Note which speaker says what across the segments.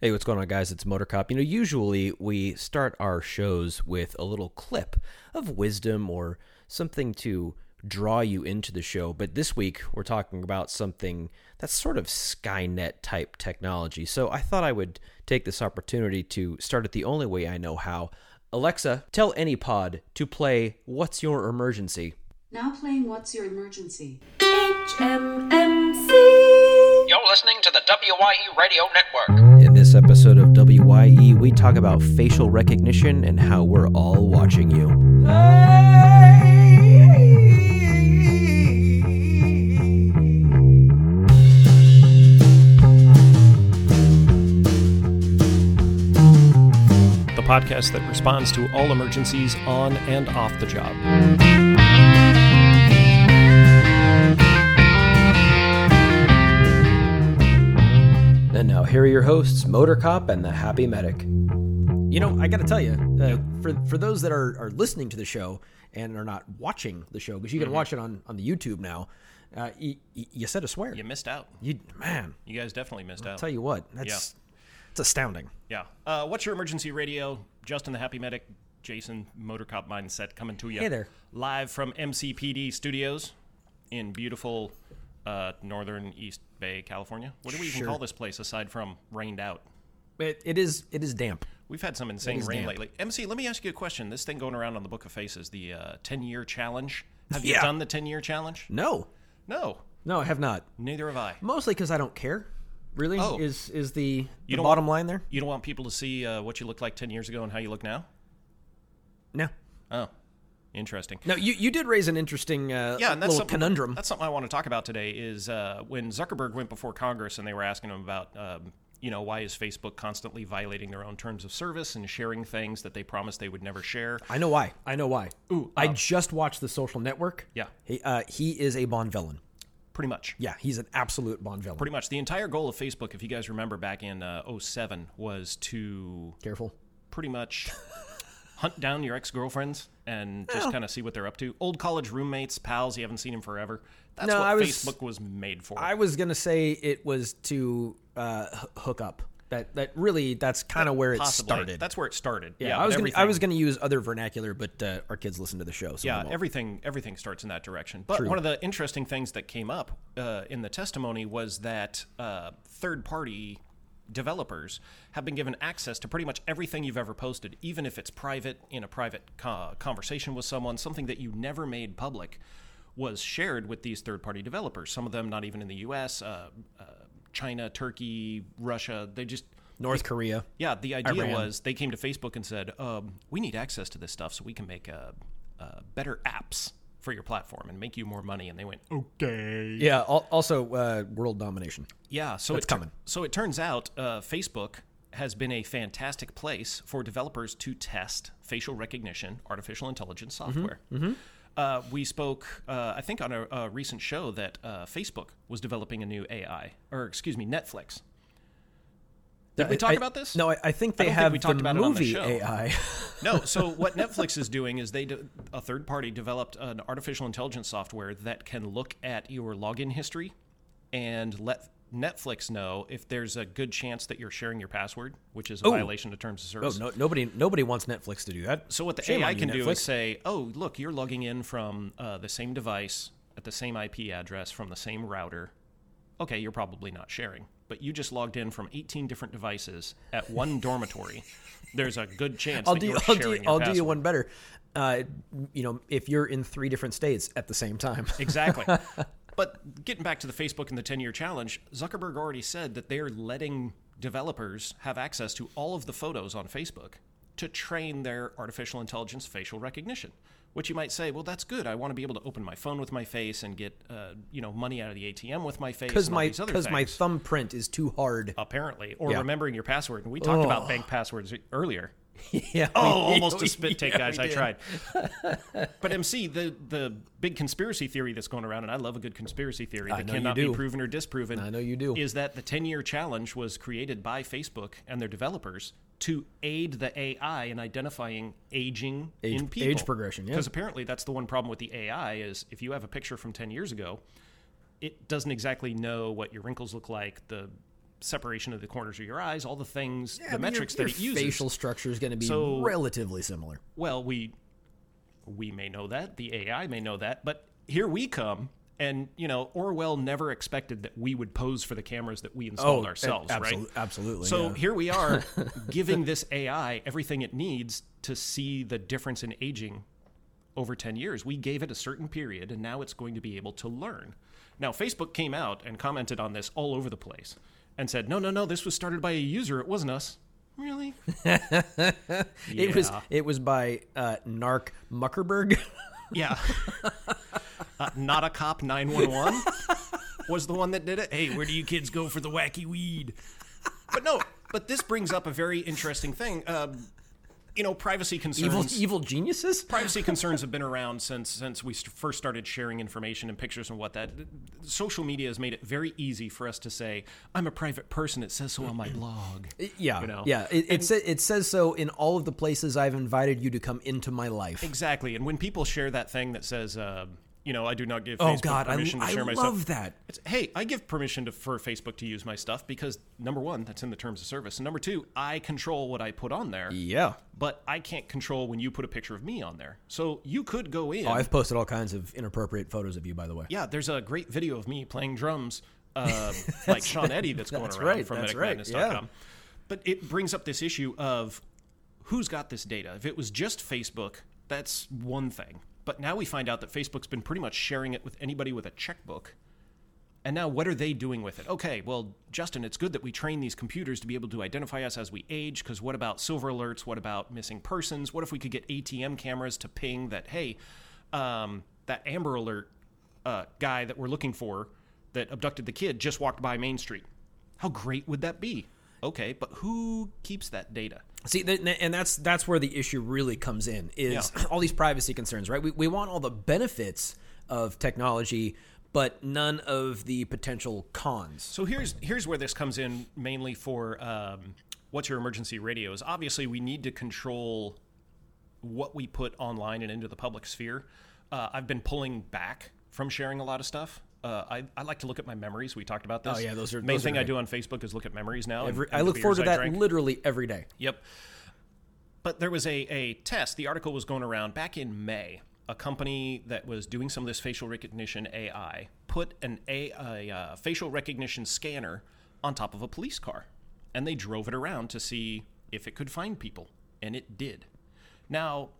Speaker 1: Hey, what's going on, guys? It's Motor Cop. You know, usually we start our shows with a little clip of wisdom or something to draw you into the show, but this week we're talking about something that's sort of Skynet type technology. So I thought I would take this opportunity to start it the only way I know how. Alexa, tell AnyPod to play What's Your Emergency?
Speaker 2: Now playing What's Your Emergency?
Speaker 3: HMMC.
Speaker 4: You're listening to the WYE Radio Network.
Speaker 1: In this episode of WYE, we talk about facial recognition and how we're all watching you.
Speaker 5: the podcast that responds to all emergencies on and off the job.
Speaker 1: And now here are your hosts, Motor Cop and the Happy Medic. You know, I got to tell you, uh, for for those that are, are listening to the show and are not watching the show, because you can watch it on, on the YouTube now, uh, y- y- you said a swear.
Speaker 5: You missed out.
Speaker 1: You man,
Speaker 5: You guys definitely missed out.
Speaker 1: tell you what, that's it's astounding.
Speaker 5: Yeah. Uh, what's your emergency radio? Justin the Happy Medic, Jason Motor Cop Mindset coming to you.
Speaker 1: Hey there.
Speaker 5: Live from MCPD Studios in beautiful uh, northern East Bay, California. What do we even
Speaker 1: Sure.
Speaker 5: call this place aside from rained out?
Speaker 1: It, it is it is damp.
Speaker 5: We've had some insane
Speaker 1: is
Speaker 5: rain
Speaker 1: damp.
Speaker 5: lately. MC, let me ask you a question. This thing going around on the Book of Faces, the uh, 10 year challenge. Have you
Speaker 1: Yeah.
Speaker 5: done the 10 year challenge?
Speaker 1: No,
Speaker 5: No,
Speaker 1: no, I have not.
Speaker 5: neither have I.
Speaker 1: Mostly because I don't care. Really,
Speaker 5: Oh.
Speaker 1: is is the, the
Speaker 5: You don't-
Speaker 1: bottom line there?
Speaker 5: You don't want people to see uh, what you looked like 10 years ago and how you look now?
Speaker 1: No,
Speaker 5: Oh, interesting.
Speaker 1: no. You you did raise an interesting uh,
Speaker 5: Yeah, and that's
Speaker 1: little
Speaker 5: something,
Speaker 1: conundrum.
Speaker 5: That's something I want to talk about today is uh, when Zuckerberg went before Congress and they were asking him about, um, you know, why is Facebook constantly violating their own terms of service and sharing things that they promised they would never share?
Speaker 1: I know why. I know why. Ooh, I just watched The Social Network.
Speaker 5: Um, Yeah.
Speaker 1: he, uh, he is a Bond villain.
Speaker 5: Pretty much.
Speaker 1: Yeah, he's an absolute Bond villain.
Speaker 5: Pretty much. The entire goal of Facebook, if you guys remember back in uh, 07, was to
Speaker 1: Careful.
Speaker 5: pretty much hunt down your ex girlfriends and just kind of see what they're up to. Old college roommates, pals, you haven't seen them forever. That's
Speaker 1: No,
Speaker 5: what
Speaker 1: I was-
Speaker 5: Facebook was made for.
Speaker 1: I was gonna say it was to uh, h- hook up. That that really that's kind of where it
Speaker 5: Possibly.
Speaker 1: started.
Speaker 5: That's where it started.
Speaker 1: yeah,
Speaker 5: Yeah,
Speaker 1: I
Speaker 5: but
Speaker 1: was gonna, I
Speaker 5: everything-
Speaker 1: was gonna use other vernacular, but uh, our kids listen to the show. So
Speaker 5: Yeah,
Speaker 1: we won't.
Speaker 5: everything everything starts in that direction. But one of the interesting things that came up uh, in the testimony was that uh, third party developers have been given access to pretty much everything you've ever posted, even if it's private in a private co- conversation with someone, something that you never made public was shared with these third party developers. Some of them not even in the U.S., uh, uh, China, Turkey, Russia. They just
Speaker 1: North Korea.
Speaker 5: yeah, the idea
Speaker 1: Iran.
Speaker 5: was they came to Facebook and said, um, "We need access to this stuff so we can make uh, uh, better apps for your platform and make you more money." And they went, "Oh,
Speaker 1: Yeah. al- Also, uh, world domination.
Speaker 5: yeah." So
Speaker 1: That's
Speaker 5: it tur-
Speaker 1: coming.
Speaker 5: so it turns out uh, Facebook has been a fantastic place for developers to test facial recognition, artificial intelligence
Speaker 1: Mm-hmm,
Speaker 5: software. Uh, we spoke, uh, I think, on a, a recent show that uh, Facebook was developing a new AI, or excuse me, Netflix. Did we talk
Speaker 1: I-
Speaker 5: about this?
Speaker 1: No, I, I think they
Speaker 5: don't think
Speaker 1: have
Speaker 5: we talked
Speaker 1: the
Speaker 5: about it on the
Speaker 1: movie
Speaker 5: show.
Speaker 1: AI.
Speaker 5: No, so what Netflix is doing is they de- a third party developed an artificial intelligence software that can look at your login history and let Netflix know if there's a good chance that you're sharing your password, which is a violation of terms of
Speaker 1: oh,
Speaker 5: service.
Speaker 1: no, nobody nobody wants Netflix to do that.
Speaker 5: So what the
Speaker 1: Shame
Speaker 5: AI
Speaker 1: on you,
Speaker 5: can do
Speaker 1: Netflix.
Speaker 5: is say, "Oh, look, you're logging in from uh, the same device at the same IP address from the same router. Okay, you're probably not sharing, but you just logged in from 18 different devices at one dormitory. There's a good chance
Speaker 1: I'll
Speaker 5: that
Speaker 1: do you,
Speaker 5: you're
Speaker 1: I'll, do,
Speaker 5: sharing
Speaker 1: you-
Speaker 5: your
Speaker 1: I'll do you
Speaker 5: password.
Speaker 1: one better. Uh, you know, if you're in three different states at the same time,
Speaker 5: Exactly. but getting back to the Facebook and the 10 year challenge, Zuckerberg already said that they're letting developers have access to all of the photos on Facebook to train their artificial intelligence facial recognition. Which you might say, well, that's good. I want to be able to open my phone with my face and get, uh, you know, money out of the ATM with my face.
Speaker 1: because
Speaker 5: and all
Speaker 1: my
Speaker 5: these other
Speaker 1: because my
Speaker 5: things,"
Speaker 1: thumbprint is too hard.
Speaker 5: apparently, or
Speaker 1: Yeah.
Speaker 5: remembering your password. And we talked about bank passwords earlier.
Speaker 1: yeah.
Speaker 5: Oh,
Speaker 1: we-
Speaker 5: almost
Speaker 1: we-
Speaker 5: a spit take,
Speaker 1: yeah,
Speaker 5: guys.
Speaker 1: we
Speaker 5: I
Speaker 1: did.
Speaker 5: tried. But MC, the the big conspiracy theory that's going around, and I love a good conspiracy theory that
Speaker 1: know you
Speaker 5: cannot
Speaker 1: do.
Speaker 5: be proven or disproven.
Speaker 1: I know you do.
Speaker 5: Is that the ten year challenge was created by Facebook and their developers to aid the AI in identifying aging
Speaker 1: Age-
Speaker 5: in people
Speaker 1: age progression, yeah.
Speaker 5: Because apparently that's the one problem with the AI is if you have a picture from ten years ago, it doesn't exactly know what your wrinkles look like, the separation of the corners of your eyes, all the things,
Speaker 1: Yeah,
Speaker 5: the
Speaker 1: but your-
Speaker 5: metrics
Speaker 1: your
Speaker 5: that it uses.
Speaker 1: Facial structure is going to be
Speaker 5: So-
Speaker 1: relatively similar.
Speaker 5: Well, we we may know that, the AI may know that, but here we come and you know, Orwell never expected that we would pose for the cameras that we installed
Speaker 1: a-
Speaker 5: ourselves,
Speaker 1: Oh, eh, absolu-
Speaker 5: right?
Speaker 1: absolutely,
Speaker 5: So
Speaker 1: yeah.
Speaker 5: here we are giving this AI everything it needs to see the difference in aging over 10 years. We gave it a certain period and now it's going to be able to learn. Now, Facebook came out and commented on this all over the place and said, "No, no, no, this was started by a user. It wasn't us." Really?
Speaker 1: It was it was by uh, Narc Muckerberg.
Speaker 5: Yeah. uh, not a cop 911 was the one that did it. Hey, where do you kids go for the wacky weed? But no, but this brings up a very interesting thing. Um, you know, privacy concerns.
Speaker 1: evil evil geniuses.
Speaker 5: privacy concerns have been around since since we st- first started sharing information and pictures and what that. Social media has made it very easy for us to say, "I'm a private person." It says so on my blog.
Speaker 1: Yeah,
Speaker 5: you know?
Speaker 1: yeah. It, it, sa- it says so in all of the places I've invited you to come into my life.
Speaker 5: Exactly. And when people share that thing that says, uh, you know, I do not give
Speaker 1: Oh
Speaker 5: Facebook
Speaker 1: God, I,
Speaker 5: permission to
Speaker 1: I
Speaker 5: share my stuff.
Speaker 1: love that.
Speaker 5: It's, hey, I give permission to, for Facebook to use my stuff because number one, that's in the terms of service, and number two, I control what I put on there.
Speaker 1: Yeah,
Speaker 5: But I can't control when you put a picture of me on there. So you could go in.
Speaker 1: oh, I've posted all kinds of inappropriate photos of you, by the way.
Speaker 5: yeah, there's a great video of me playing drums, uh, like Sean Eddy, that's going
Speaker 1: that's
Speaker 5: around
Speaker 1: right,
Speaker 5: from
Speaker 1: that's right,
Speaker 5: medicmadness.com. But it brings up this issue of who's got this data. If it was just Facebook, that's one thing. But now we find out that Facebook's been pretty much sharing it with anybody with a checkbook. And now, what are they doing with it? Okay, well, Justin, it's good that we train these computers to be able to identify us as we age, because what about silver alerts? What about missing persons? What if we could get ATM cameras to ping that, hey, um, that Amber Alert uh, guy that we're looking for that abducted the kid just walked by Main Street? How great would that be? Okay, but who keeps that data?
Speaker 1: See, th- and that's that's where the issue really comes in is
Speaker 5: Yeah.
Speaker 1: all these privacy concerns, right? We we want all the benefits of technology, but none of the potential cons.
Speaker 5: So here's here's where this comes in mainly for um, what's your emergency radios. Obviously, we need to control what we put online and into the public sphere. Uh, I've been pulling back from sharing a lot of stuff. Uh, I, I like to look at my memories. We talked about this.
Speaker 1: Oh, yeah, those are-
Speaker 5: main
Speaker 1: those are
Speaker 5: thing I
Speaker 1: great.
Speaker 5: do on Facebook is look at memories now. and-
Speaker 1: Every,
Speaker 5: and
Speaker 1: I
Speaker 5: the
Speaker 1: look forward
Speaker 5: beers
Speaker 1: to
Speaker 5: I
Speaker 1: that
Speaker 5: drank.
Speaker 1: literally every day.
Speaker 5: Yep. But there was a, a test, the article was going around back in May. A company that was doing some of this facial recognition AI put an a, a, uh, facial recognition scanner on top of a police car. And they drove it around to see if it could find people. And it did. Now,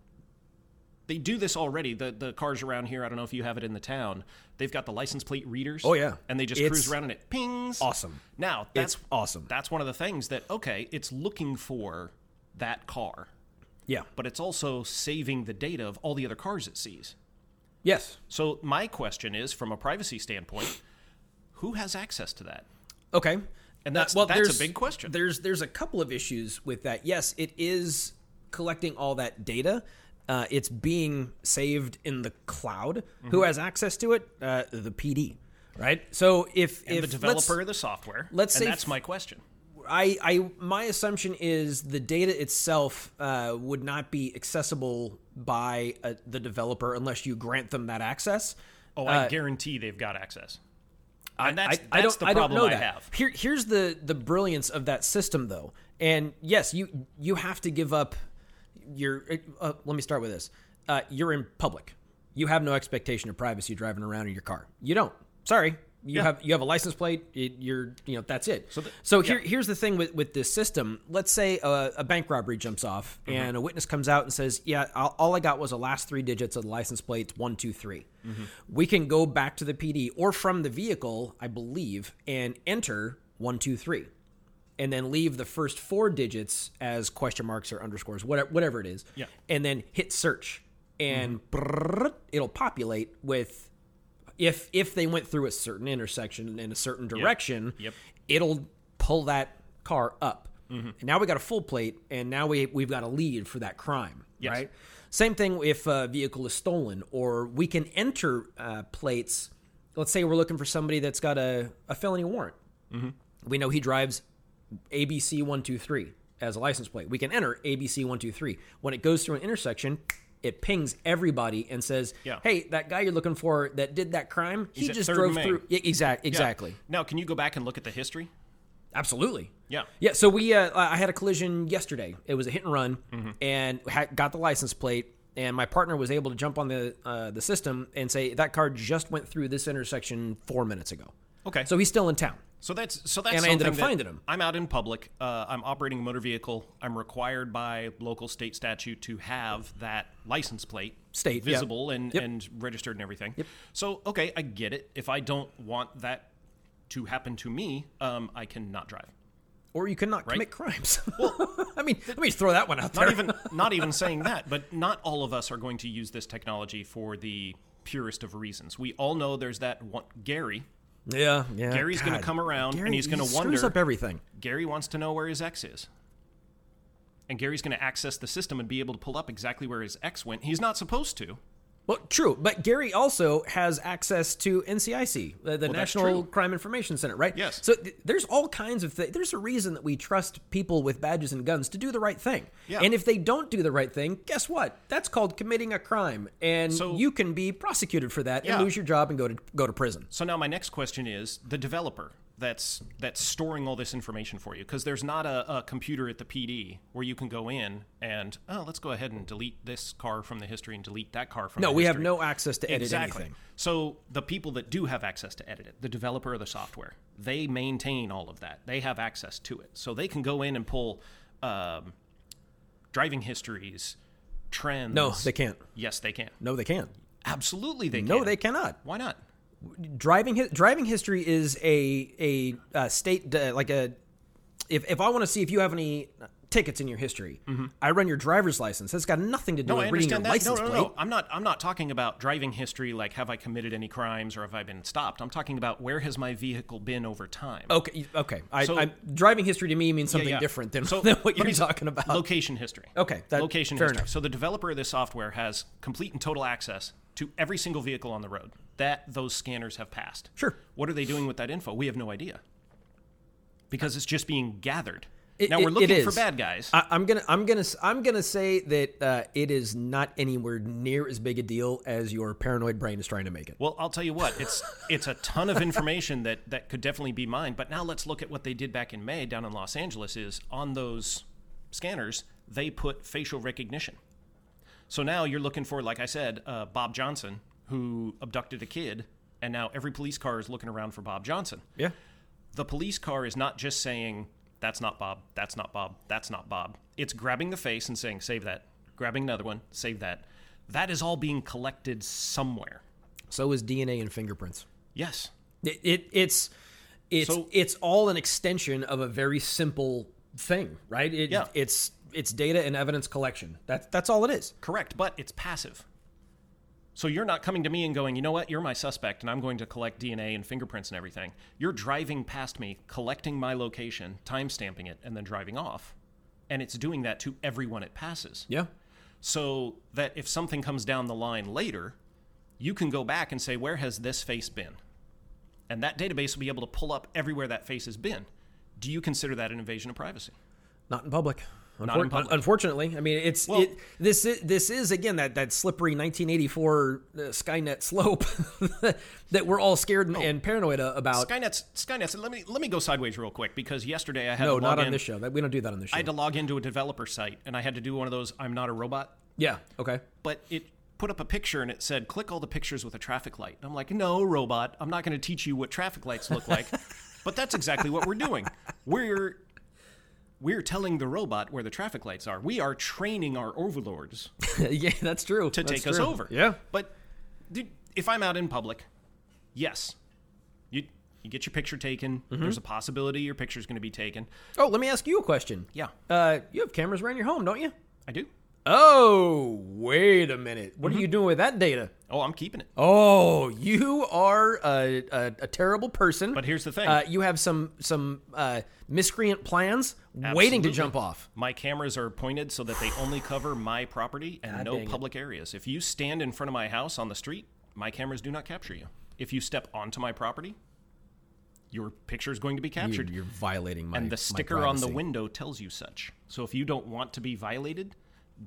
Speaker 5: they do this already. The, the cars around here, I don't know if you have it in the town, they've got the license plate readers.
Speaker 1: Oh, yeah.
Speaker 5: And they just
Speaker 1: It's
Speaker 5: cruise around and it pings.
Speaker 1: awesome.
Speaker 5: Now, that's
Speaker 1: It's awesome.
Speaker 5: That's one of the things that okay, it's looking for that car,
Speaker 1: Yeah.
Speaker 5: but it's also saving the data of all the other cars it sees.
Speaker 1: Yes.
Speaker 5: So my question is from a privacy standpoint, who has access to that?
Speaker 1: Okay. Uh,
Speaker 5: And that's- that's a
Speaker 1: there's-
Speaker 5: big question.
Speaker 1: There's there's a couple of issues with that. Yes, it is collecting all that data. Uh, it's being saved in the cloud.
Speaker 5: Mm-hmm.
Speaker 1: Who has access to it? Uh, the PD, right? So if
Speaker 5: And
Speaker 1: if
Speaker 5: the
Speaker 1: let's-
Speaker 5: developer of the software.
Speaker 1: let's
Speaker 5: and
Speaker 1: say
Speaker 5: that's
Speaker 1: f-
Speaker 5: my question.
Speaker 1: I, I my assumption is the data itself uh, would not be accessible by uh the developer unless you grant them that access.
Speaker 5: Oh, I guarantee they've got access. And that's, that's
Speaker 1: uh, I don't,
Speaker 5: the
Speaker 1: I
Speaker 5: problem
Speaker 1: don't know that.
Speaker 5: have.
Speaker 1: Here, here's the the brilliance of that system, though. And yes, you you have to give up your. Uh, let me start with this. Uh, you're in public. You have no expectation of privacy driving around in your car. You don't. Sorry. You have you have a license plate. It, you're you know that's it. So, here here's the thing with with this system. Let's say a, a bank robbery jumps off and a witness comes out and says, "Yeah, all, all I got was the last three digits of the license plate one two three. We can go back to the PD or from the vehicle, I believe, and enter one two three and then leave the first four digits as question marks or underscores, whatever, whatever it is.
Speaker 5: Yeah.
Speaker 1: And then hit search, and brrrr, it'll populate with if if they went through a certain intersection in a certain direction.
Speaker 5: Yep.
Speaker 1: It'll pull that car up. And now we got a full plate, and now we we've got a lead for that crime.
Speaker 5: Yes.
Speaker 1: Right. Same thing if a vehicle is stolen, or we can enter uh, plates. Let's say we're looking for somebody that's got a, a felony warrant. We know he drives ABC123 as a license plate. We can enter ABC123. When it goes through an intersection, it pings everybody and says,
Speaker 5: Yeah.
Speaker 1: "Hey, that guy you're looking for that did that crime,
Speaker 5: He's
Speaker 1: he
Speaker 5: at
Speaker 1: just
Speaker 5: Third
Speaker 1: drove
Speaker 5: and Main."
Speaker 1: through." Yeah, exact,
Speaker 5: Yeah.
Speaker 1: exactly.
Speaker 5: Now, can you go back and look at the history?
Speaker 1: Absolutely.
Speaker 5: Yeah.
Speaker 1: Yeah. So we, uh, I had a collision yesterday. It was a hit and run,
Speaker 5: Mm-hmm.
Speaker 1: and ha- got the license plate. And my partner was able to jump on the uh, the system and say that car just went through this intersection four minutes ago.
Speaker 5: Okay.
Speaker 1: So he's still in town.
Speaker 5: So that's so that's
Speaker 1: And I
Speaker 5: something
Speaker 1: ended up
Speaker 5: that
Speaker 1: finding him.
Speaker 5: I'm out in public. Uh, I'm operating a motor vehicle. I'm required by local state statute to have that license plate
Speaker 1: State, yeah.
Speaker 5: visible and
Speaker 1: Yep.
Speaker 5: and registered and everything. So okay, I get it. If I don't want that to happen to me, um, I cannot drive.
Speaker 1: Or you cannot commit crimes. I mean, let me just throw that one out there.
Speaker 5: Not even not even saying that, but not all of us are going to use this technology for the purest of reasons. We all know there's that one, Gary.
Speaker 1: yeah, yeah.
Speaker 5: Gary's gonna
Speaker 1: God.
Speaker 5: come around and
Speaker 1: Gary
Speaker 5: he's gonna
Speaker 1: screws
Speaker 5: wonder-
Speaker 1: up everything.
Speaker 5: Gary wants to know where his ex is. And Gary's going to access the system and be able to pull up exactly where his ex went. He's not supposed to.
Speaker 1: Well, true, but Gary also has access to NCIC, the, the
Speaker 5: that's
Speaker 1: National
Speaker 5: true.
Speaker 1: Crime Information Center, right?
Speaker 5: Yes.
Speaker 1: So th- there's all kinds of things. There's a reason that we trust people with badges and guns to do the right thing.
Speaker 5: Yeah.
Speaker 1: And if they don't do the right thing, guess what? That's called committing a crime, and
Speaker 5: So-
Speaker 1: you can be prosecuted for that
Speaker 5: Yeah.
Speaker 1: and lose your job and go to go to prison.
Speaker 5: So now my next question is the developer that's that's storing all this information for you because there's not a, a computer at the PD where you can go in and oh let's go ahead and delete this car from the history and delete that car from
Speaker 1: No,
Speaker 5: the
Speaker 1: we have
Speaker 5: history.
Speaker 1: no access to edit
Speaker 5: exactly.
Speaker 1: anything.
Speaker 5: So the people that do have access to edit it, the developer of the software, they maintain all of that. They have access to it, so they can go in and pull um, driving histories, trends.
Speaker 1: No, they can't.
Speaker 5: Yes, they can.
Speaker 1: No, they can't.
Speaker 5: Absolutely, they
Speaker 1: No,
Speaker 5: can.
Speaker 1: they cannot.
Speaker 5: Why not?
Speaker 1: driving hi- driving history is a a, uh state uh, like a if if I want to see if you have any tickets in your history, I run your driver's license. That's got nothing to do
Speaker 5: Mm-hmm. No, I
Speaker 1: with reading your
Speaker 5: understand that. No,
Speaker 1: license
Speaker 5: no, no,
Speaker 1: plate.
Speaker 5: no. I'm not. I'm not talking about driving history, like have I committed any crimes or have I been stopped. I'm talking about where has my vehicle been over time.
Speaker 1: Okay, you- okay. I,
Speaker 5: So-
Speaker 1: I'm, driving history to me means something
Speaker 5: yeah.
Speaker 1: different than,
Speaker 5: So,
Speaker 1: than what
Speaker 5: let
Speaker 1: you're
Speaker 5: me-
Speaker 1: talking about.
Speaker 5: Location history.
Speaker 1: Okay, that-
Speaker 5: location
Speaker 1: fair
Speaker 5: history.
Speaker 1: enough.
Speaker 5: So the developer of this software has complete and total access to every single vehicle on the road that those scanners have passed.
Speaker 1: Sure.
Speaker 5: What are they doing with that info? We have no idea. Because it's just being gathered.
Speaker 1: It-
Speaker 5: now
Speaker 1: it-
Speaker 5: we're
Speaker 1: it
Speaker 5: looking for
Speaker 1: is.
Speaker 5: bad guys.
Speaker 1: I, I'm gonna, I'm gonna, s- I'm gonna say that uh, it is not anywhere near as big a deal as your paranoid brain is trying to make it.
Speaker 5: well, I'll tell you what, it's it's a ton of information that, that could definitely be mined, but now let's look at what they did back in May down in Los Angeles is on those scanners, they put facial recognition. So now you're looking for, like I said, uh, Bob Johnson, who abducted a kid, and now every police car is looking around for Bob Johnson.
Speaker 1: Yeah.
Speaker 5: The police car is not just saying, that's not Bob, that's not Bob, that's not Bob. It's grabbing the face and saying, save that, grabbing another one, save that. That is all being collected somewhere.
Speaker 1: So is DNA and fingerprints.
Speaker 5: Yes.
Speaker 1: It, it it's it's
Speaker 5: So-
Speaker 1: it's all an extension of a very simple thing, right? It,
Speaker 5: Yeah.
Speaker 1: It's it's data and evidence collection. That's that's all it is.
Speaker 5: Correct, but it's passive. So you're not coming to me and going, you know what, you're my suspect and I'm going to collect DNA and fingerprints and everything. You're driving past me, collecting my location, timestamping it, and then driving off. And it's doing that to everyone it passes.
Speaker 1: Yeah.
Speaker 5: So that if something comes down the line later, you can go back and say, where has this face been? And that database will be able to pull up everywhere that face has been. Do you consider that an invasion of privacy?
Speaker 1: Not in public.
Speaker 5: Not in public.
Speaker 1: Unfortunately, I mean, it's
Speaker 5: Well-
Speaker 1: it, this is this is again that that slippery 1984 uh, Skynet slope that we're all scared
Speaker 5: Oh.
Speaker 1: and, and paranoid uh, about.
Speaker 5: Skynet's Skynet's let me let me go sideways real quick because yesterday I had
Speaker 1: no,
Speaker 5: to
Speaker 1: Oh, not
Speaker 5: log
Speaker 1: on
Speaker 5: in-
Speaker 1: this show. That we don't do that on this show.
Speaker 5: I had to log into a developer site and I had to do one of those I'm not a robot,
Speaker 1: yeah. Okay.
Speaker 5: but it put up a picture and it said click all the pictures with a traffic light. And I'm like, "No, robot, I'm not going to teach you what traffic lights look like." but that's exactly what we're doing. We're we're telling the robot where the traffic lights are. We are training our overlords
Speaker 1: yeah, that's true.
Speaker 5: to
Speaker 1: That's
Speaker 5: take us
Speaker 1: true.
Speaker 5: over.
Speaker 1: Yeah.
Speaker 5: But dude, if I'm out in public, yes. You you get your picture taken.
Speaker 1: Mm-hmm.
Speaker 5: There's a possibility your picture's going to be taken.
Speaker 1: Oh, let me ask you a question.
Speaker 5: Yeah.
Speaker 1: Uh, you have cameras around your home, don't you?
Speaker 5: I do.
Speaker 1: Oh, wait a minute. What are you doing with that data?
Speaker 5: Mm-hmm. Oh, I'm keeping it.
Speaker 1: Oh, you are a, a, a terrible person.
Speaker 5: But here's the thing.
Speaker 1: Uh, you have some some uh, miscreant plans waiting to
Speaker 5: Absolutely.
Speaker 1: jump off.
Speaker 5: My cameras are pointed so that they only cover my property and no
Speaker 1: dang it.
Speaker 5: public areas. If you stand in front of my house on the street, my cameras do not capture you. If you step onto my property, your picture is going to be
Speaker 1: You're,
Speaker 5: captured.
Speaker 1: you're violating my
Speaker 5: and
Speaker 1: my
Speaker 5: the sticker on the
Speaker 1: privacy.
Speaker 5: window tells you such. So if you don't want to be violated,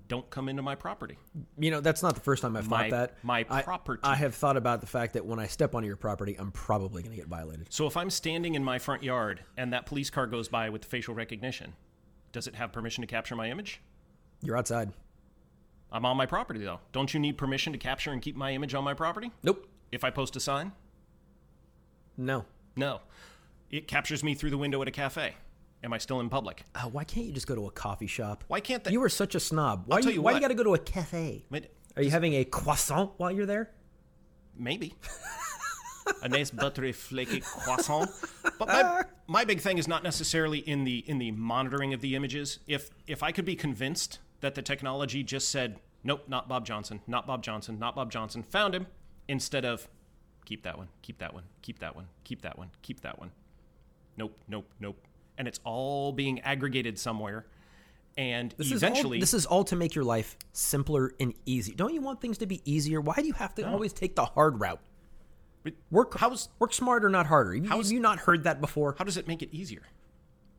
Speaker 5: don't come into my property.
Speaker 1: You know, that's not the first time I've thought
Speaker 5: My-
Speaker 1: that.
Speaker 5: my
Speaker 1: I-
Speaker 5: property.
Speaker 1: I, have thought about the fact that when I step onto your property, I'm probably going to get violated.
Speaker 5: So if I'm standing in my front yard and that police car goes by with facial recognition, does it have permission to capture my image?
Speaker 1: You're outside.
Speaker 5: I'm on my property though. Don't you need permission to capture and keep my image on my property?
Speaker 1: Nope.
Speaker 5: If I post a sign?
Speaker 1: No.
Speaker 5: No. It captures me through the window at a cafe. Am I still in public?
Speaker 1: Uh, why can't you just go to a coffee shop?
Speaker 5: Why can't they-
Speaker 1: You are such a snob. Why
Speaker 5: tell
Speaker 1: you,
Speaker 5: you
Speaker 1: why
Speaker 5: what.
Speaker 1: you got to go to a cafe?
Speaker 5: Wait,
Speaker 1: Are you having a croissant while you're there?
Speaker 5: Maybe. a nice buttery flaky croissant. But
Speaker 1: Ah.
Speaker 5: my, my big thing is not necessarily in the in the monitoring of the images. If if I could be convinced that the technology just said, Nope, not Bob Johnson, not Bob Johnson, not Bob Johnson, found him, instead of keep that one, keep that one, keep that one, keep that one, keep that one. Nope, nope, nope. And it's all being aggregated somewhere. And
Speaker 1: This
Speaker 5: eventually
Speaker 1: is all, this is all to make your life simpler and easy. Don't you want things to be easier? Why do you have to always take the hard route?
Speaker 5: But
Speaker 1: Work
Speaker 5: how's-
Speaker 1: work smarter, not harder. Have you- have you not heard that before?
Speaker 5: how does it make it easier?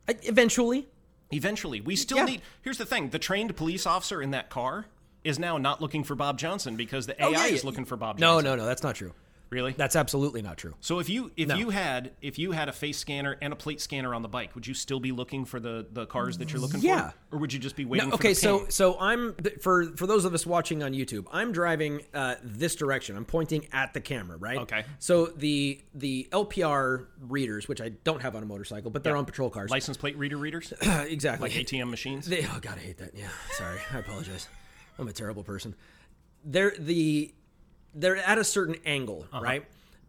Speaker 1: I- eventually,
Speaker 5: Eventually, we still
Speaker 1: Yeah.
Speaker 5: need. Here's the thing: the trained police officer in that car is now not looking for Bob Johnson because the AI
Speaker 1: Oh, yeah,
Speaker 5: is
Speaker 1: yeah.
Speaker 5: looking for Bob
Speaker 1: No,
Speaker 5: Johnson.
Speaker 1: no, no. That's not true.
Speaker 5: really.
Speaker 1: That's absolutely not true.
Speaker 5: so if you if
Speaker 1: No.
Speaker 5: you had if you had a face scanner and a plate scanner on the bike, would you still be looking for the the cars that you're looking
Speaker 1: Yeah.
Speaker 5: for? Or would you just be waiting?
Speaker 1: No,
Speaker 5: for
Speaker 1: okay,
Speaker 5: the
Speaker 1: so
Speaker 5: ping?
Speaker 1: so I'm for for those of us watching on YouTube, I'm driving uh, this direction. I'm pointing at the camera, right?
Speaker 5: Okay.
Speaker 1: So the the LPR readers, which I don't have on a motorcycle, but they're on patrol cars. Uh,
Speaker 5: license plate reader readers,
Speaker 1: exactly.
Speaker 5: like ATM machines.
Speaker 1: They, oh God, I hate that. Yeah, sorry. I apologize. I'm a terrible person. They're the they're at a certain angle,
Speaker 5: Uh-huh.
Speaker 1: right?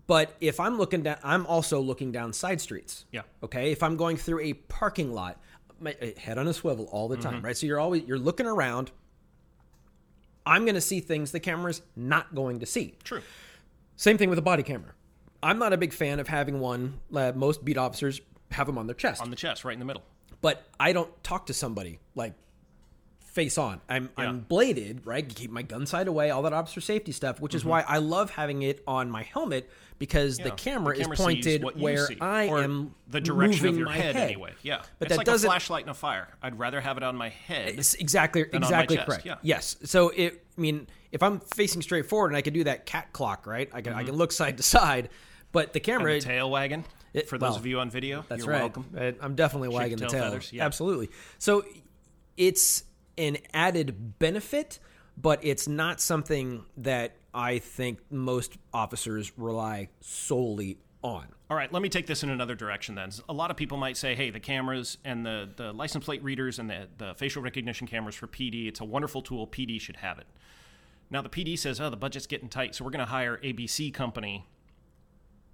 Speaker 1: But if I'm looking down, I'm also looking down side streets.
Speaker 5: Yeah.
Speaker 1: Okay. If I'm going through a parking lot, my uh, head on a swivel all the
Speaker 5: Mm-hmm.
Speaker 1: time, right? So you're always you're looking around. I'm going to see things the camera's not going to see.
Speaker 5: True.
Speaker 1: Same thing with a body camera. I'm not a big fan of having one. Uh, most beat officers have them on their chest
Speaker 5: On the chest, right in the middle.
Speaker 1: but I don't talk to somebody like face on. I'm I'm bladed, right? Keep my gun sight away, all that officer safety stuff, which is why I love having it on my helmet because the,
Speaker 5: Mm-hmm. Yeah.
Speaker 1: camera
Speaker 5: The camera
Speaker 1: is
Speaker 5: sees
Speaker 1: pointed
Speaker 5: what you
Speaker 1: where
Speaker 5: see,
Speaker 1: I
Speaker 5: or
Speaker 1: am
Speaker 5: the direction of
Speaker 1: moving
Speaker 5: your
Speaker 1: my
Speaker 5: head, anyway. Yeah,
Speaker 1: But
Speaker 5: it's
Speaker 1: that
Speaker 5: like
Speaker 1: doesn't
Speaker 5: a flashlight and a fire. I'd rather have it on my head.
Speaker 1: it's exactly
Speaker 5: on my
Speaker 1: exactly
Speaker 5: chest,
Speaker 1: correct.
Speaker 5: yeah.
Speaker 1: Yes. So it I mean, if I'm facing straight forward and I can do that cat clock, right? I can I can look side to side, but the
Speaker 5: Mm-hmm. And
Speaker 1: camera
Speaker 5: the tail wagon.
Speaker 1: It-
Speaker 5: for those
Speaker 1: well,
Speaker 5: of you on video,
Speaker 1: That's
Speaker 5: you're
Speaker 1: right.
Speaker 5: welcome.
Speaker 1: Uh, I'm definitely
Speaker 5: your
Speaker 1: wagging the
Speaker 5: tail
Speaker 1: tail.
Speaker 5: feathers, yeah.
Speaker 1: Absolutely. So it's an added benefit, but it's not something that I think most officers rely solely on.
Speaker 5: All right, let me take this in another direction then. A lot of people might say, hey, the cameras and the, the license plate readers and the, the facial recognition cameras for PD, it's a wonderful tool. PD should have it. Now, the PD says, oh, the budget's getting tight, so we're going to hire ABC Company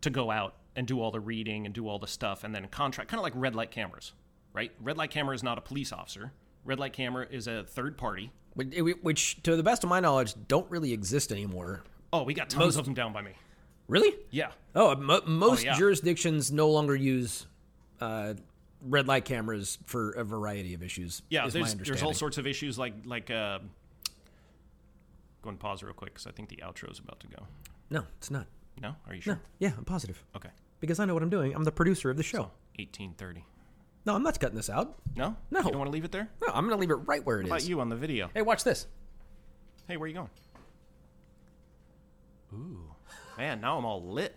Speaker 5: to go out and do all the reading and do all the stuff and then contract, kind of like red light cameras, right? Red light camera is not a police officer, red light camera is a third party.
Speaker 1: Which, which, to the best of my knowledge, don't really exist anymore.
Speaker 5: Oh, we got tons of them down by me.
Speaker 1: Really?
Speaker 5: Yeah.
Speaker 1: Oh, mo- most
Speaker 5: yeah.
Speaker 1: jurisdictions no longer use uh, red light cameras for a variety of issues.
Speaker 5: Yeah,
Speaker 1: is my
Speaker 5: there's there's all
Speaker 1: understanding.
Speaker 5: sorts of issues like like uh, go and pause real quick because I think the outro is about to go.
Speaker 1: No, it's not.
Speaker 5: No, are you sure?
Speaker 1: No. Yeah, I'm positive
Speaker 5: Okay,
Speaker 1: because I know what I'm doing. I'm the producer of the show.
Speaker 5: eighteen thirty.
Speaker 1: No, I'm not cutting this out.
Speaker 5: No,
Speaker 1: No.
Speaker 5: You don't want to leave it there.
Speaker 1: No, I'm going to leave it right where it is.
Speaker 5: How about you on the video?
Speaker 1: Hey, watch this.
Speaker 5: Hey, where you going? Ooh, man, now I'm all lit.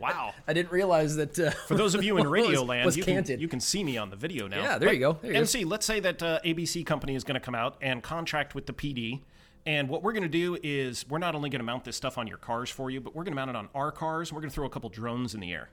Speaker 5: Wow.
Speaker 1: I didn't realize that. Uh,
Speaker 5: For those of you in radio land,
Speaker 1: was
Speaker 5: you, can,
Speaker 1: canted.
Speaker 5: you can see me on the video now.
Speaker 1: Yeah, there you go. There it is.
Speaker 5: MC, let's say that uh, ABC company is going to come out and contract with the PD. And what we're going to do is we're not only going to mount this stuff on your cars for you, but we're going to mount it on our cars. And we're going to throw a couple drones in the air.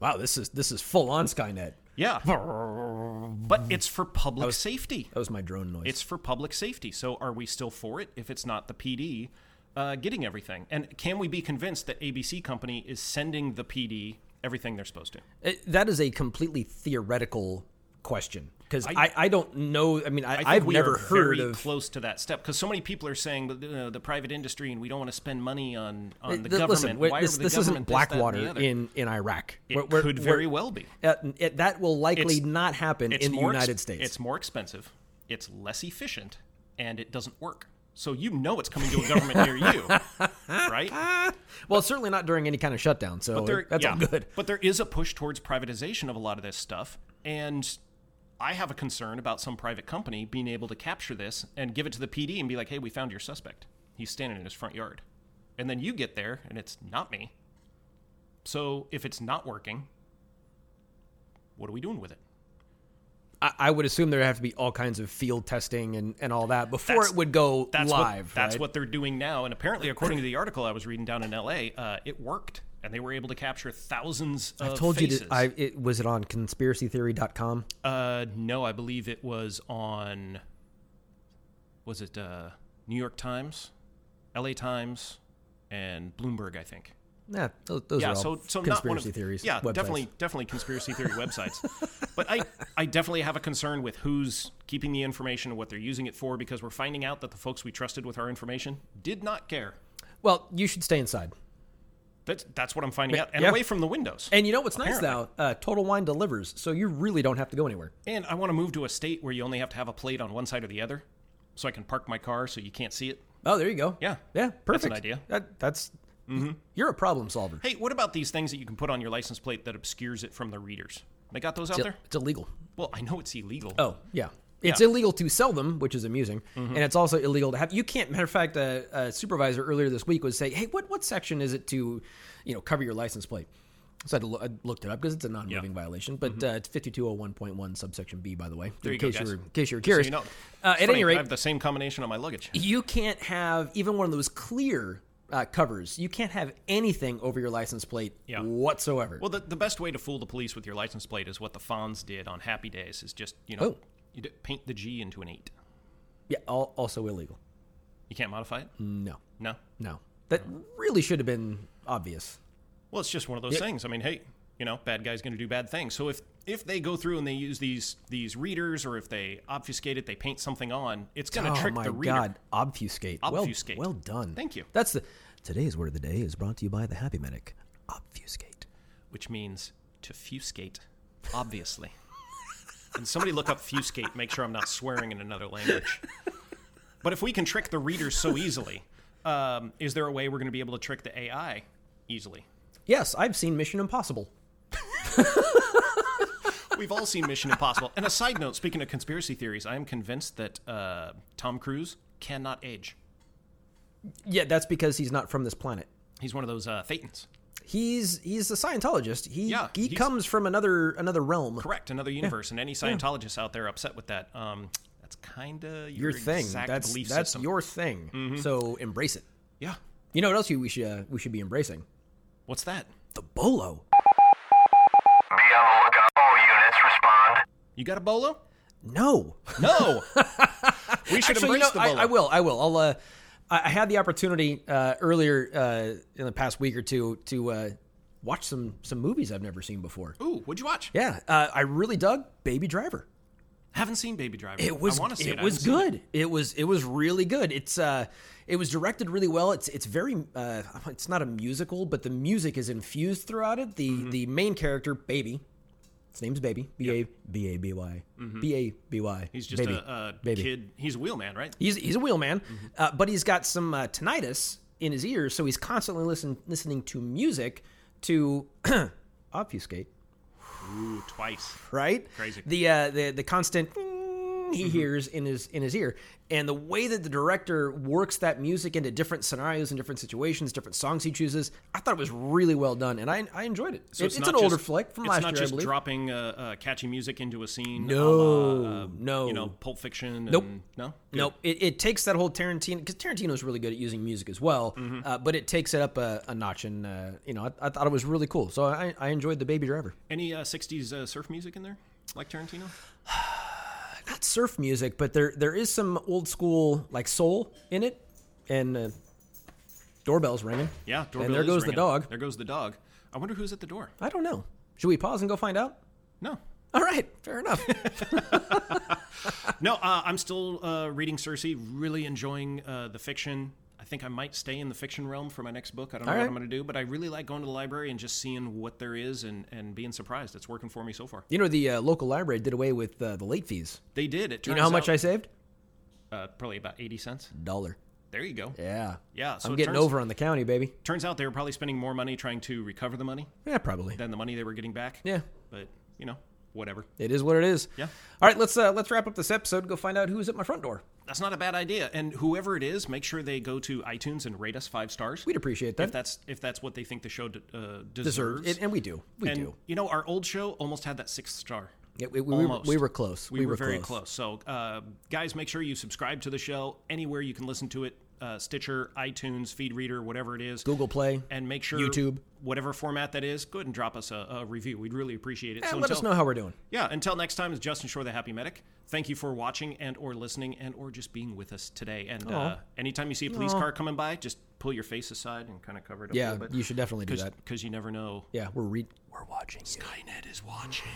Speaker 1: wow, this is this is full on Skynet.
Speaker 5: Yeah. but it's for public safety.
Speaker 1: That was my drone noise.
Speaker 5: It's for public safety. So are we still for it if it's not the PD uh, getting everything? And can we be convinced that ABC company is sending the PD everything they're supposed to?
Speaker 1: It- that is a completely theoretical question because I, I, don't know. I mean, I,
Speaker 5: I think
Speaker 1: I've
Speaker 5: we
Speaker 1: never
Speaker 5: are
Speaker 1: heard
Speaker 5: very
Speaker 1: of
Speaker 5: close to that step because so many people are saying "But, uh, the private industry and we don't want to spend money on, on the,
Speaker 1: Th-
Speaker 5: government.
Speaker 1: Listen,
Speaker 5: Why
Speaker 1: wait,
Speaker 5: are
Speaker 1: this,
Speaker 5: the
Speaker 1: this
Speaker 5: government
Speaker 1: isn't
Speaker 5: this, that, and the
Speaker 1: Blackwater
Speaker 5: other?
Speaker 1: in in Iraq.
Speaker 5: It could very well be.
Speaker 1: Uh, it- that will likely
Speaker 5: It's-
Speaker 1: not happen
Speaker 5: It's
Speaker 1: in the
Speaker 5: more ex-
Speaker 1: United States.
Speaker 5: It's more expensive, it's less efficient, and it doesn't work. So you know it's coming to a government near you, right?
Speaker 1: well, certainly not during any kind of shutdown. So
Speaker 5: There-
Speaker 1: that's
Speaker 5: yeah.
Speaker 1: all good.
Speaker 5: But there is a push towards privatization of a lot of this stuff, and I have a concern about some private company being able to capture this and give it to the PD and be like, hey, we found your suspect. He's standing in his front yard. And then you get there and it's not me. So if it's not working, what are we doing with it?
Speaker 1: I, I would assume there'd have to be all kinds of field testing and, and all that before
Speaker 5: That's-
Speaker 1: it would go
Speaker 5: that's
Speaker 1: live.
Speaker 5: What, that's
Speaker 1: right?
Speaker 5: what they're doing now, and apparently, according to the article I was reading down in L.A., uh, it worked, and they were able to capture thousands. Of
Speaker 1: I told
Speaker 5: uh, faces.
Speaker 1: you. To, I it was it on conspiracytheory.com.
Speaker 5: uh, no, I believe it was on. Was it uh, New York Times, L.A. Times, and Bloomberg? I think.
Speaker 1: Yeah, those, those
Speaker 5: yeah,
Speaker 1: are all
Speaker 5: so so
Speaker 1: conspiracy
Speaker 5: not one of,
Speaker 1: theories.
Speaker 5: Yeah,
Speaker 1: websites.
Speaker 5: definitely definitely conspiracy theory websites. But I I definitely have a concern with who's keeping the information and what they're using it for because we're finding out that the folks we trusted with our information did not care.
Speaker 1: Well, you should stay inside.
Speaker 5: That's that's what I'm finding out, and
Speaker 1: yeah.
Speaker 5: away from the windows. And,
Speaker 1: And you know what's nice
Speaker 5: Apparently.
Speaker 1: though? Uh, Total Wine delivers, so you really don't have to go anywhere.
Speaker 5: I want to move to a state where you only have to have a plate on one side or the other, so I can park my car so you can't see it.
Speaker 1: Oh, there you go.
Speaker 5: Yeah.
Speaker 1: yeah,
Speaker 5: That's an
Speaker 1: perfect
Speaker 5: idea. Mm-hmm.
Speaker 1: That, that's you're a problem solver.
Speaker 5: Hey, what about these things that you can put on your license plate that obscures it from the readers? They got those out
Speaker 1: It's,
Speaker 5: there.
Speaker 1: it's illegal.
Speaker 5: Well, I know it's illegal.
Speaker 1: Oh, yeah. It's illegal to sell them, which is amusing,
Speaker 5: Mm-hmm.
Speaker 1: and it's also illegal to have. You can't. Matter of fact, a, a supervisor earlier this week was saying, "Hey, what what section is it to, you know, cover your license plate?" So I, had to loo- I looked it up because it's a non-moving violation, but uh, it's fifty-two hundred one point one subsection B, by the way.
Speaker 5: Mm-hmm. There
Speaker 1: in
Speaker 5: you go,
Speaker 1: case
Speaker 5: guys.
Speaker 1: you were in case you were
Speaker 5: So
Speaker 1: curious.
Speaker 5: you know,
Speaker 1: uh,
Speaker 5: it's
Speaker 1: at
Speaker 5: funny,
Speaker 1: any
Speaker 5: I
Speaker 1: rate,
Speaker 5: have the same combination on my luggage.
Speaker 1: you can't have even one of those clear uh, covers. You can't have anything over your license plate
Speaker 5: Yeah.
Speaker 1: whatsoever.
Speaker 5: Well, the, the best way to fool the police with your license plate is what the Fonz did on Happy Days is just, you know,
Speaker 1: Oh.
Speaker 5: you d- paint the G into an 8.
Speaker 1: yeah, al- also illegal.
Speaker 5: You can't modify it?
Speaker 1: No,
Speaker 5: No.
Speaker 1: no, that really should have been obvious.
Speaker 5: Well, it's just one of those things. I mean, hey, you know, bad guy's going to do bad things. So if if they go through and they use these these readers or if they obfuscate it, they paint something on, it's going to
Speaker 1: oh
Speaker 5: trick
Speaker 1: my
Speaker 5: the reader.
Speaker 1: god! Obfuscate. Well-
Speaker 5: Obfuscate.
Speaker 1: Well, done.
Speaker 5: Thank you.
Speaker 1: That's the today's word of the day is brought to you by the Happy Medic. Obfuscate.
Speaker 5: which means to fuscate, obviously. and somebody look up fuscate, make sure I'm not swearing in another language. But if we can trick the readers so easily, um, is there a way we're going to be able to trick the AI easily?
Speaker 1: Yes, I've seen Mission Impossible.
Speaker 5: We've all seen Mission Impossible. And a side note, speaking of conspiracy theories, I am convinced that uh, Tom Cruise cannot age.
Speaker 1: Yeah, that's because he's not from this planet.
Speaker 5: He's one of those uh, Thetans.
Speaker 1: He's he's a Scientologist. He
Speaker 5: Yeah,
Speaker 1: he
Speaker 5: he's-
Speaker 1: comes from another another realm.
Speaker 5: Correct, another universe. And any Scientologists out there upset with that, um, that's kind of your,
Speaker 1: your thing.
Speaker 5: exact
Speaker 1: That's
Speaker 5: belief
Speaker 1: that's
Speaker 5: system. Mm-hmm.
Speaker 1: your thing. So embrace it.
Speaker 5: yeah.
Speaker 1: You know what else you- we should uh, we should be embracing?
Speaker 5: What's that?
Speaker 1: The bolo.
Speaker 6: Be on the lookout. All units respond.
Speaker 5: You got a bolo?
Speaker 1: No,
Speaker 5: No. we should
Speaker 1: actually, you
Speaker 5: embrace
Speaker 1: know,
Speaker 5: the
Speaker 1: I,
Speaker 5: bullet.
Speaker 1: I will. I will. I'll. Uh, I I had the opportunity uh, earlier uh, in the past week or two to uh, watch some some movies I've never seen before.
Speaker 5: Ooh, what'd you watch?
Speaker 1: Yeah, uh, I really dug Baby Driver.
Speaker 5: Haven't seen Baby Driver.
Speaker 1: It was
Speaker 5: I want to see it.
Speaker 1: it
Speaker 5: I
Speaker 1: was
Speaker 5: haven't seen
Speaker 1: good. It. was it was really good. It's uh it was directed really well. It's it's very uh it's not a musical, but the music is infused throughout it. The
Speaker 5: Mm-hmm.
Speaker 1: the main character, Baby. His name's Baby. B A B A B Y. B A B Y.
Speaker 5: Mm-hmm. He's just
Speaker 1: Baby.
Speaker 5: a, a
Speaker 1: Baby.
Speaker 5: kid. He's a wheelman, right?
Speaker 1: He's he's a wheel man,
Speaker 5: Mm-hmm.
Speaker 1: uh, but he's got some uh, tinnitus in his ears, so he's constantly listen, listening to music to obfuscate.
Speaker 5: Ooh, twice.
Speaker 1: Right?
Speaker 5: Crazy. Mm-hmm.
Speaker 1: The uh, the the constant he hears in his in his ear, and the way that the director works that music into different scenarios and different situations, different songs he chooses, I thought it was really well done, and I I enjoyed it. It- it's
Speaker 5: not
Speaker 1: an older
Speaker 5: just-
Speaker 1: flick from
Speaker 5: it's
Speaker 1: last
Speaker 5: not
Speaker 1: year,
Speaker 5: just
Speaker 1: I believe.
Speaker 5: dropping uh, uh, catchy music into a scene. a
Speaker 1: No,
Speaker 5: la, uh,
Speaker 1: no.
Speaker 5: You know, Pulp Fiction.
Speaker 1: Nope.
Speaker 5: And, no. Good.
Speaker 1: Nope. It, it takes that whole Tarantino because Tarantino's really good at using music as well,
Speaker 5: Mm-hmm.
Speaker 1: uh, but it takes it up a, a notch. And uh, you know, I, I thought it was really cool, so I, I enjoyed the Baby Driver.
Speaker 5: Any uh, '60s uh, surf music in there, like Tarantino?
Speaker 1: Not surf music, but there there is some old school like soul in it, and uh, doorbells ringing.
Speaker 5: Yeah. Doorbell
Speaker 1: there
Speaker 5: is
Speaker 1: goes the
Speaker 5: ringing.
Speaker 1: dog.
Speaker 5: There goes the dog. I wonder who's at the door.
Speaker 1: I don't know. Should we pause and go find out?
Speaker 5: No.
Speaker 1: All right, fair enough.
Speaker 5: No, uh, I'm still uh, reading Cersei. Really enjoying uh, the fiction. I think I might stay in the fiction realm for my next book. I don't know
Speaker 1: All
Speaker 5: what
Speaker 1: right.
Speaker 5: I'm going to do, but I really like going to the library and just seeing what there is and, and being surprised. It's working for me so far.
Speaker 1: you know, the uh, local library did away with uh, the late fees.
Speaker 5: They did. It
Speaker 1: Do
Speaker 5: turns
Speaker 1: you know how much I
Speaker 5: out,
Speaker 1: saved?
Speaker 5: uh, probably about eighty cents.
Speaker 1: Dollar.
Speaker 5: There you go.
Speaker 1: Yeah.
Speaker 5: Yeah, so
Speaker 1: I'm
Speaker 5: it
Speaker 1: getting
Speaker 5: turns-
Speaker 1: over on the county, baby.
Speaker 5: Turns out they were probably spending more money trying to recover the money
Speaker 1: Yeah, probably.
Speaker 5: than the money they were getting back.
Speaker 1: Yeah.
Speaker 5: But you know, whatever.
Speaker 1: It is what it is.
Speaker 5: Yeah.
Speaker 1: All right, let's uh, let's wrap up this episode. and Go find out who's at my front door.
Speaker 5: That's not a bad idea. And whoever it is, make sure they go to iTunes and rate us five stars.
Speaker 1: We'd appreciate
Speaker 5: if
Speaker 1: that.
Speaker 5: that's if that's what they think the show d- uh, deserves.
Speaker 1: Deserved it, and we do. We
Speaker 5: and
Speaker 1: do.
Speaker 5: you know, our old show almost had that sixth star.
Speaker 1: Yeah, we- we were-
Speaker 5: Almost.
Speaker 1: we were close.
Speaker 5: We,
Speaker 1: We
Speaker 5: were,
Speaker 1: were
Speaker 5: very
Speaker 1: close.
Speaker 5: close. So, uh, guys, make sure you subscribe to the show anywhere you can listen to it: uh, Stitcher, iTunes, Feed Reader, whatever it is.
Speaker 1: Google Play
Speaker 5: And make sure
Speaker 1: YouTube.
Speaker 5: whatever format that is, go ahead and drop us a, a review. We'd really appreciate it.
Speaker 1: And
Speaker 5: so
Speaker 1: let
Speaker 5: until,
Speaker 1: us know how we're doing.
Speaker 5: Yeah, until next time, is Justin Shore, the Happy Medic. Thank you for watching and or listening and or just being with us today. And uh, anytime you see a police car coming by, just pull your face aside and kind of cover it up. a
Speaker 1: Yeah,
Speaker 5: little bit.
Speaker 1: you should definitely do
Speaker 5: Cause,
Speaker 1: that.
Speaker 5: 'cause you never know.
Speaker 1: Yeah, we're re- we're watching. you.
Speaker 5: Skynet is watching.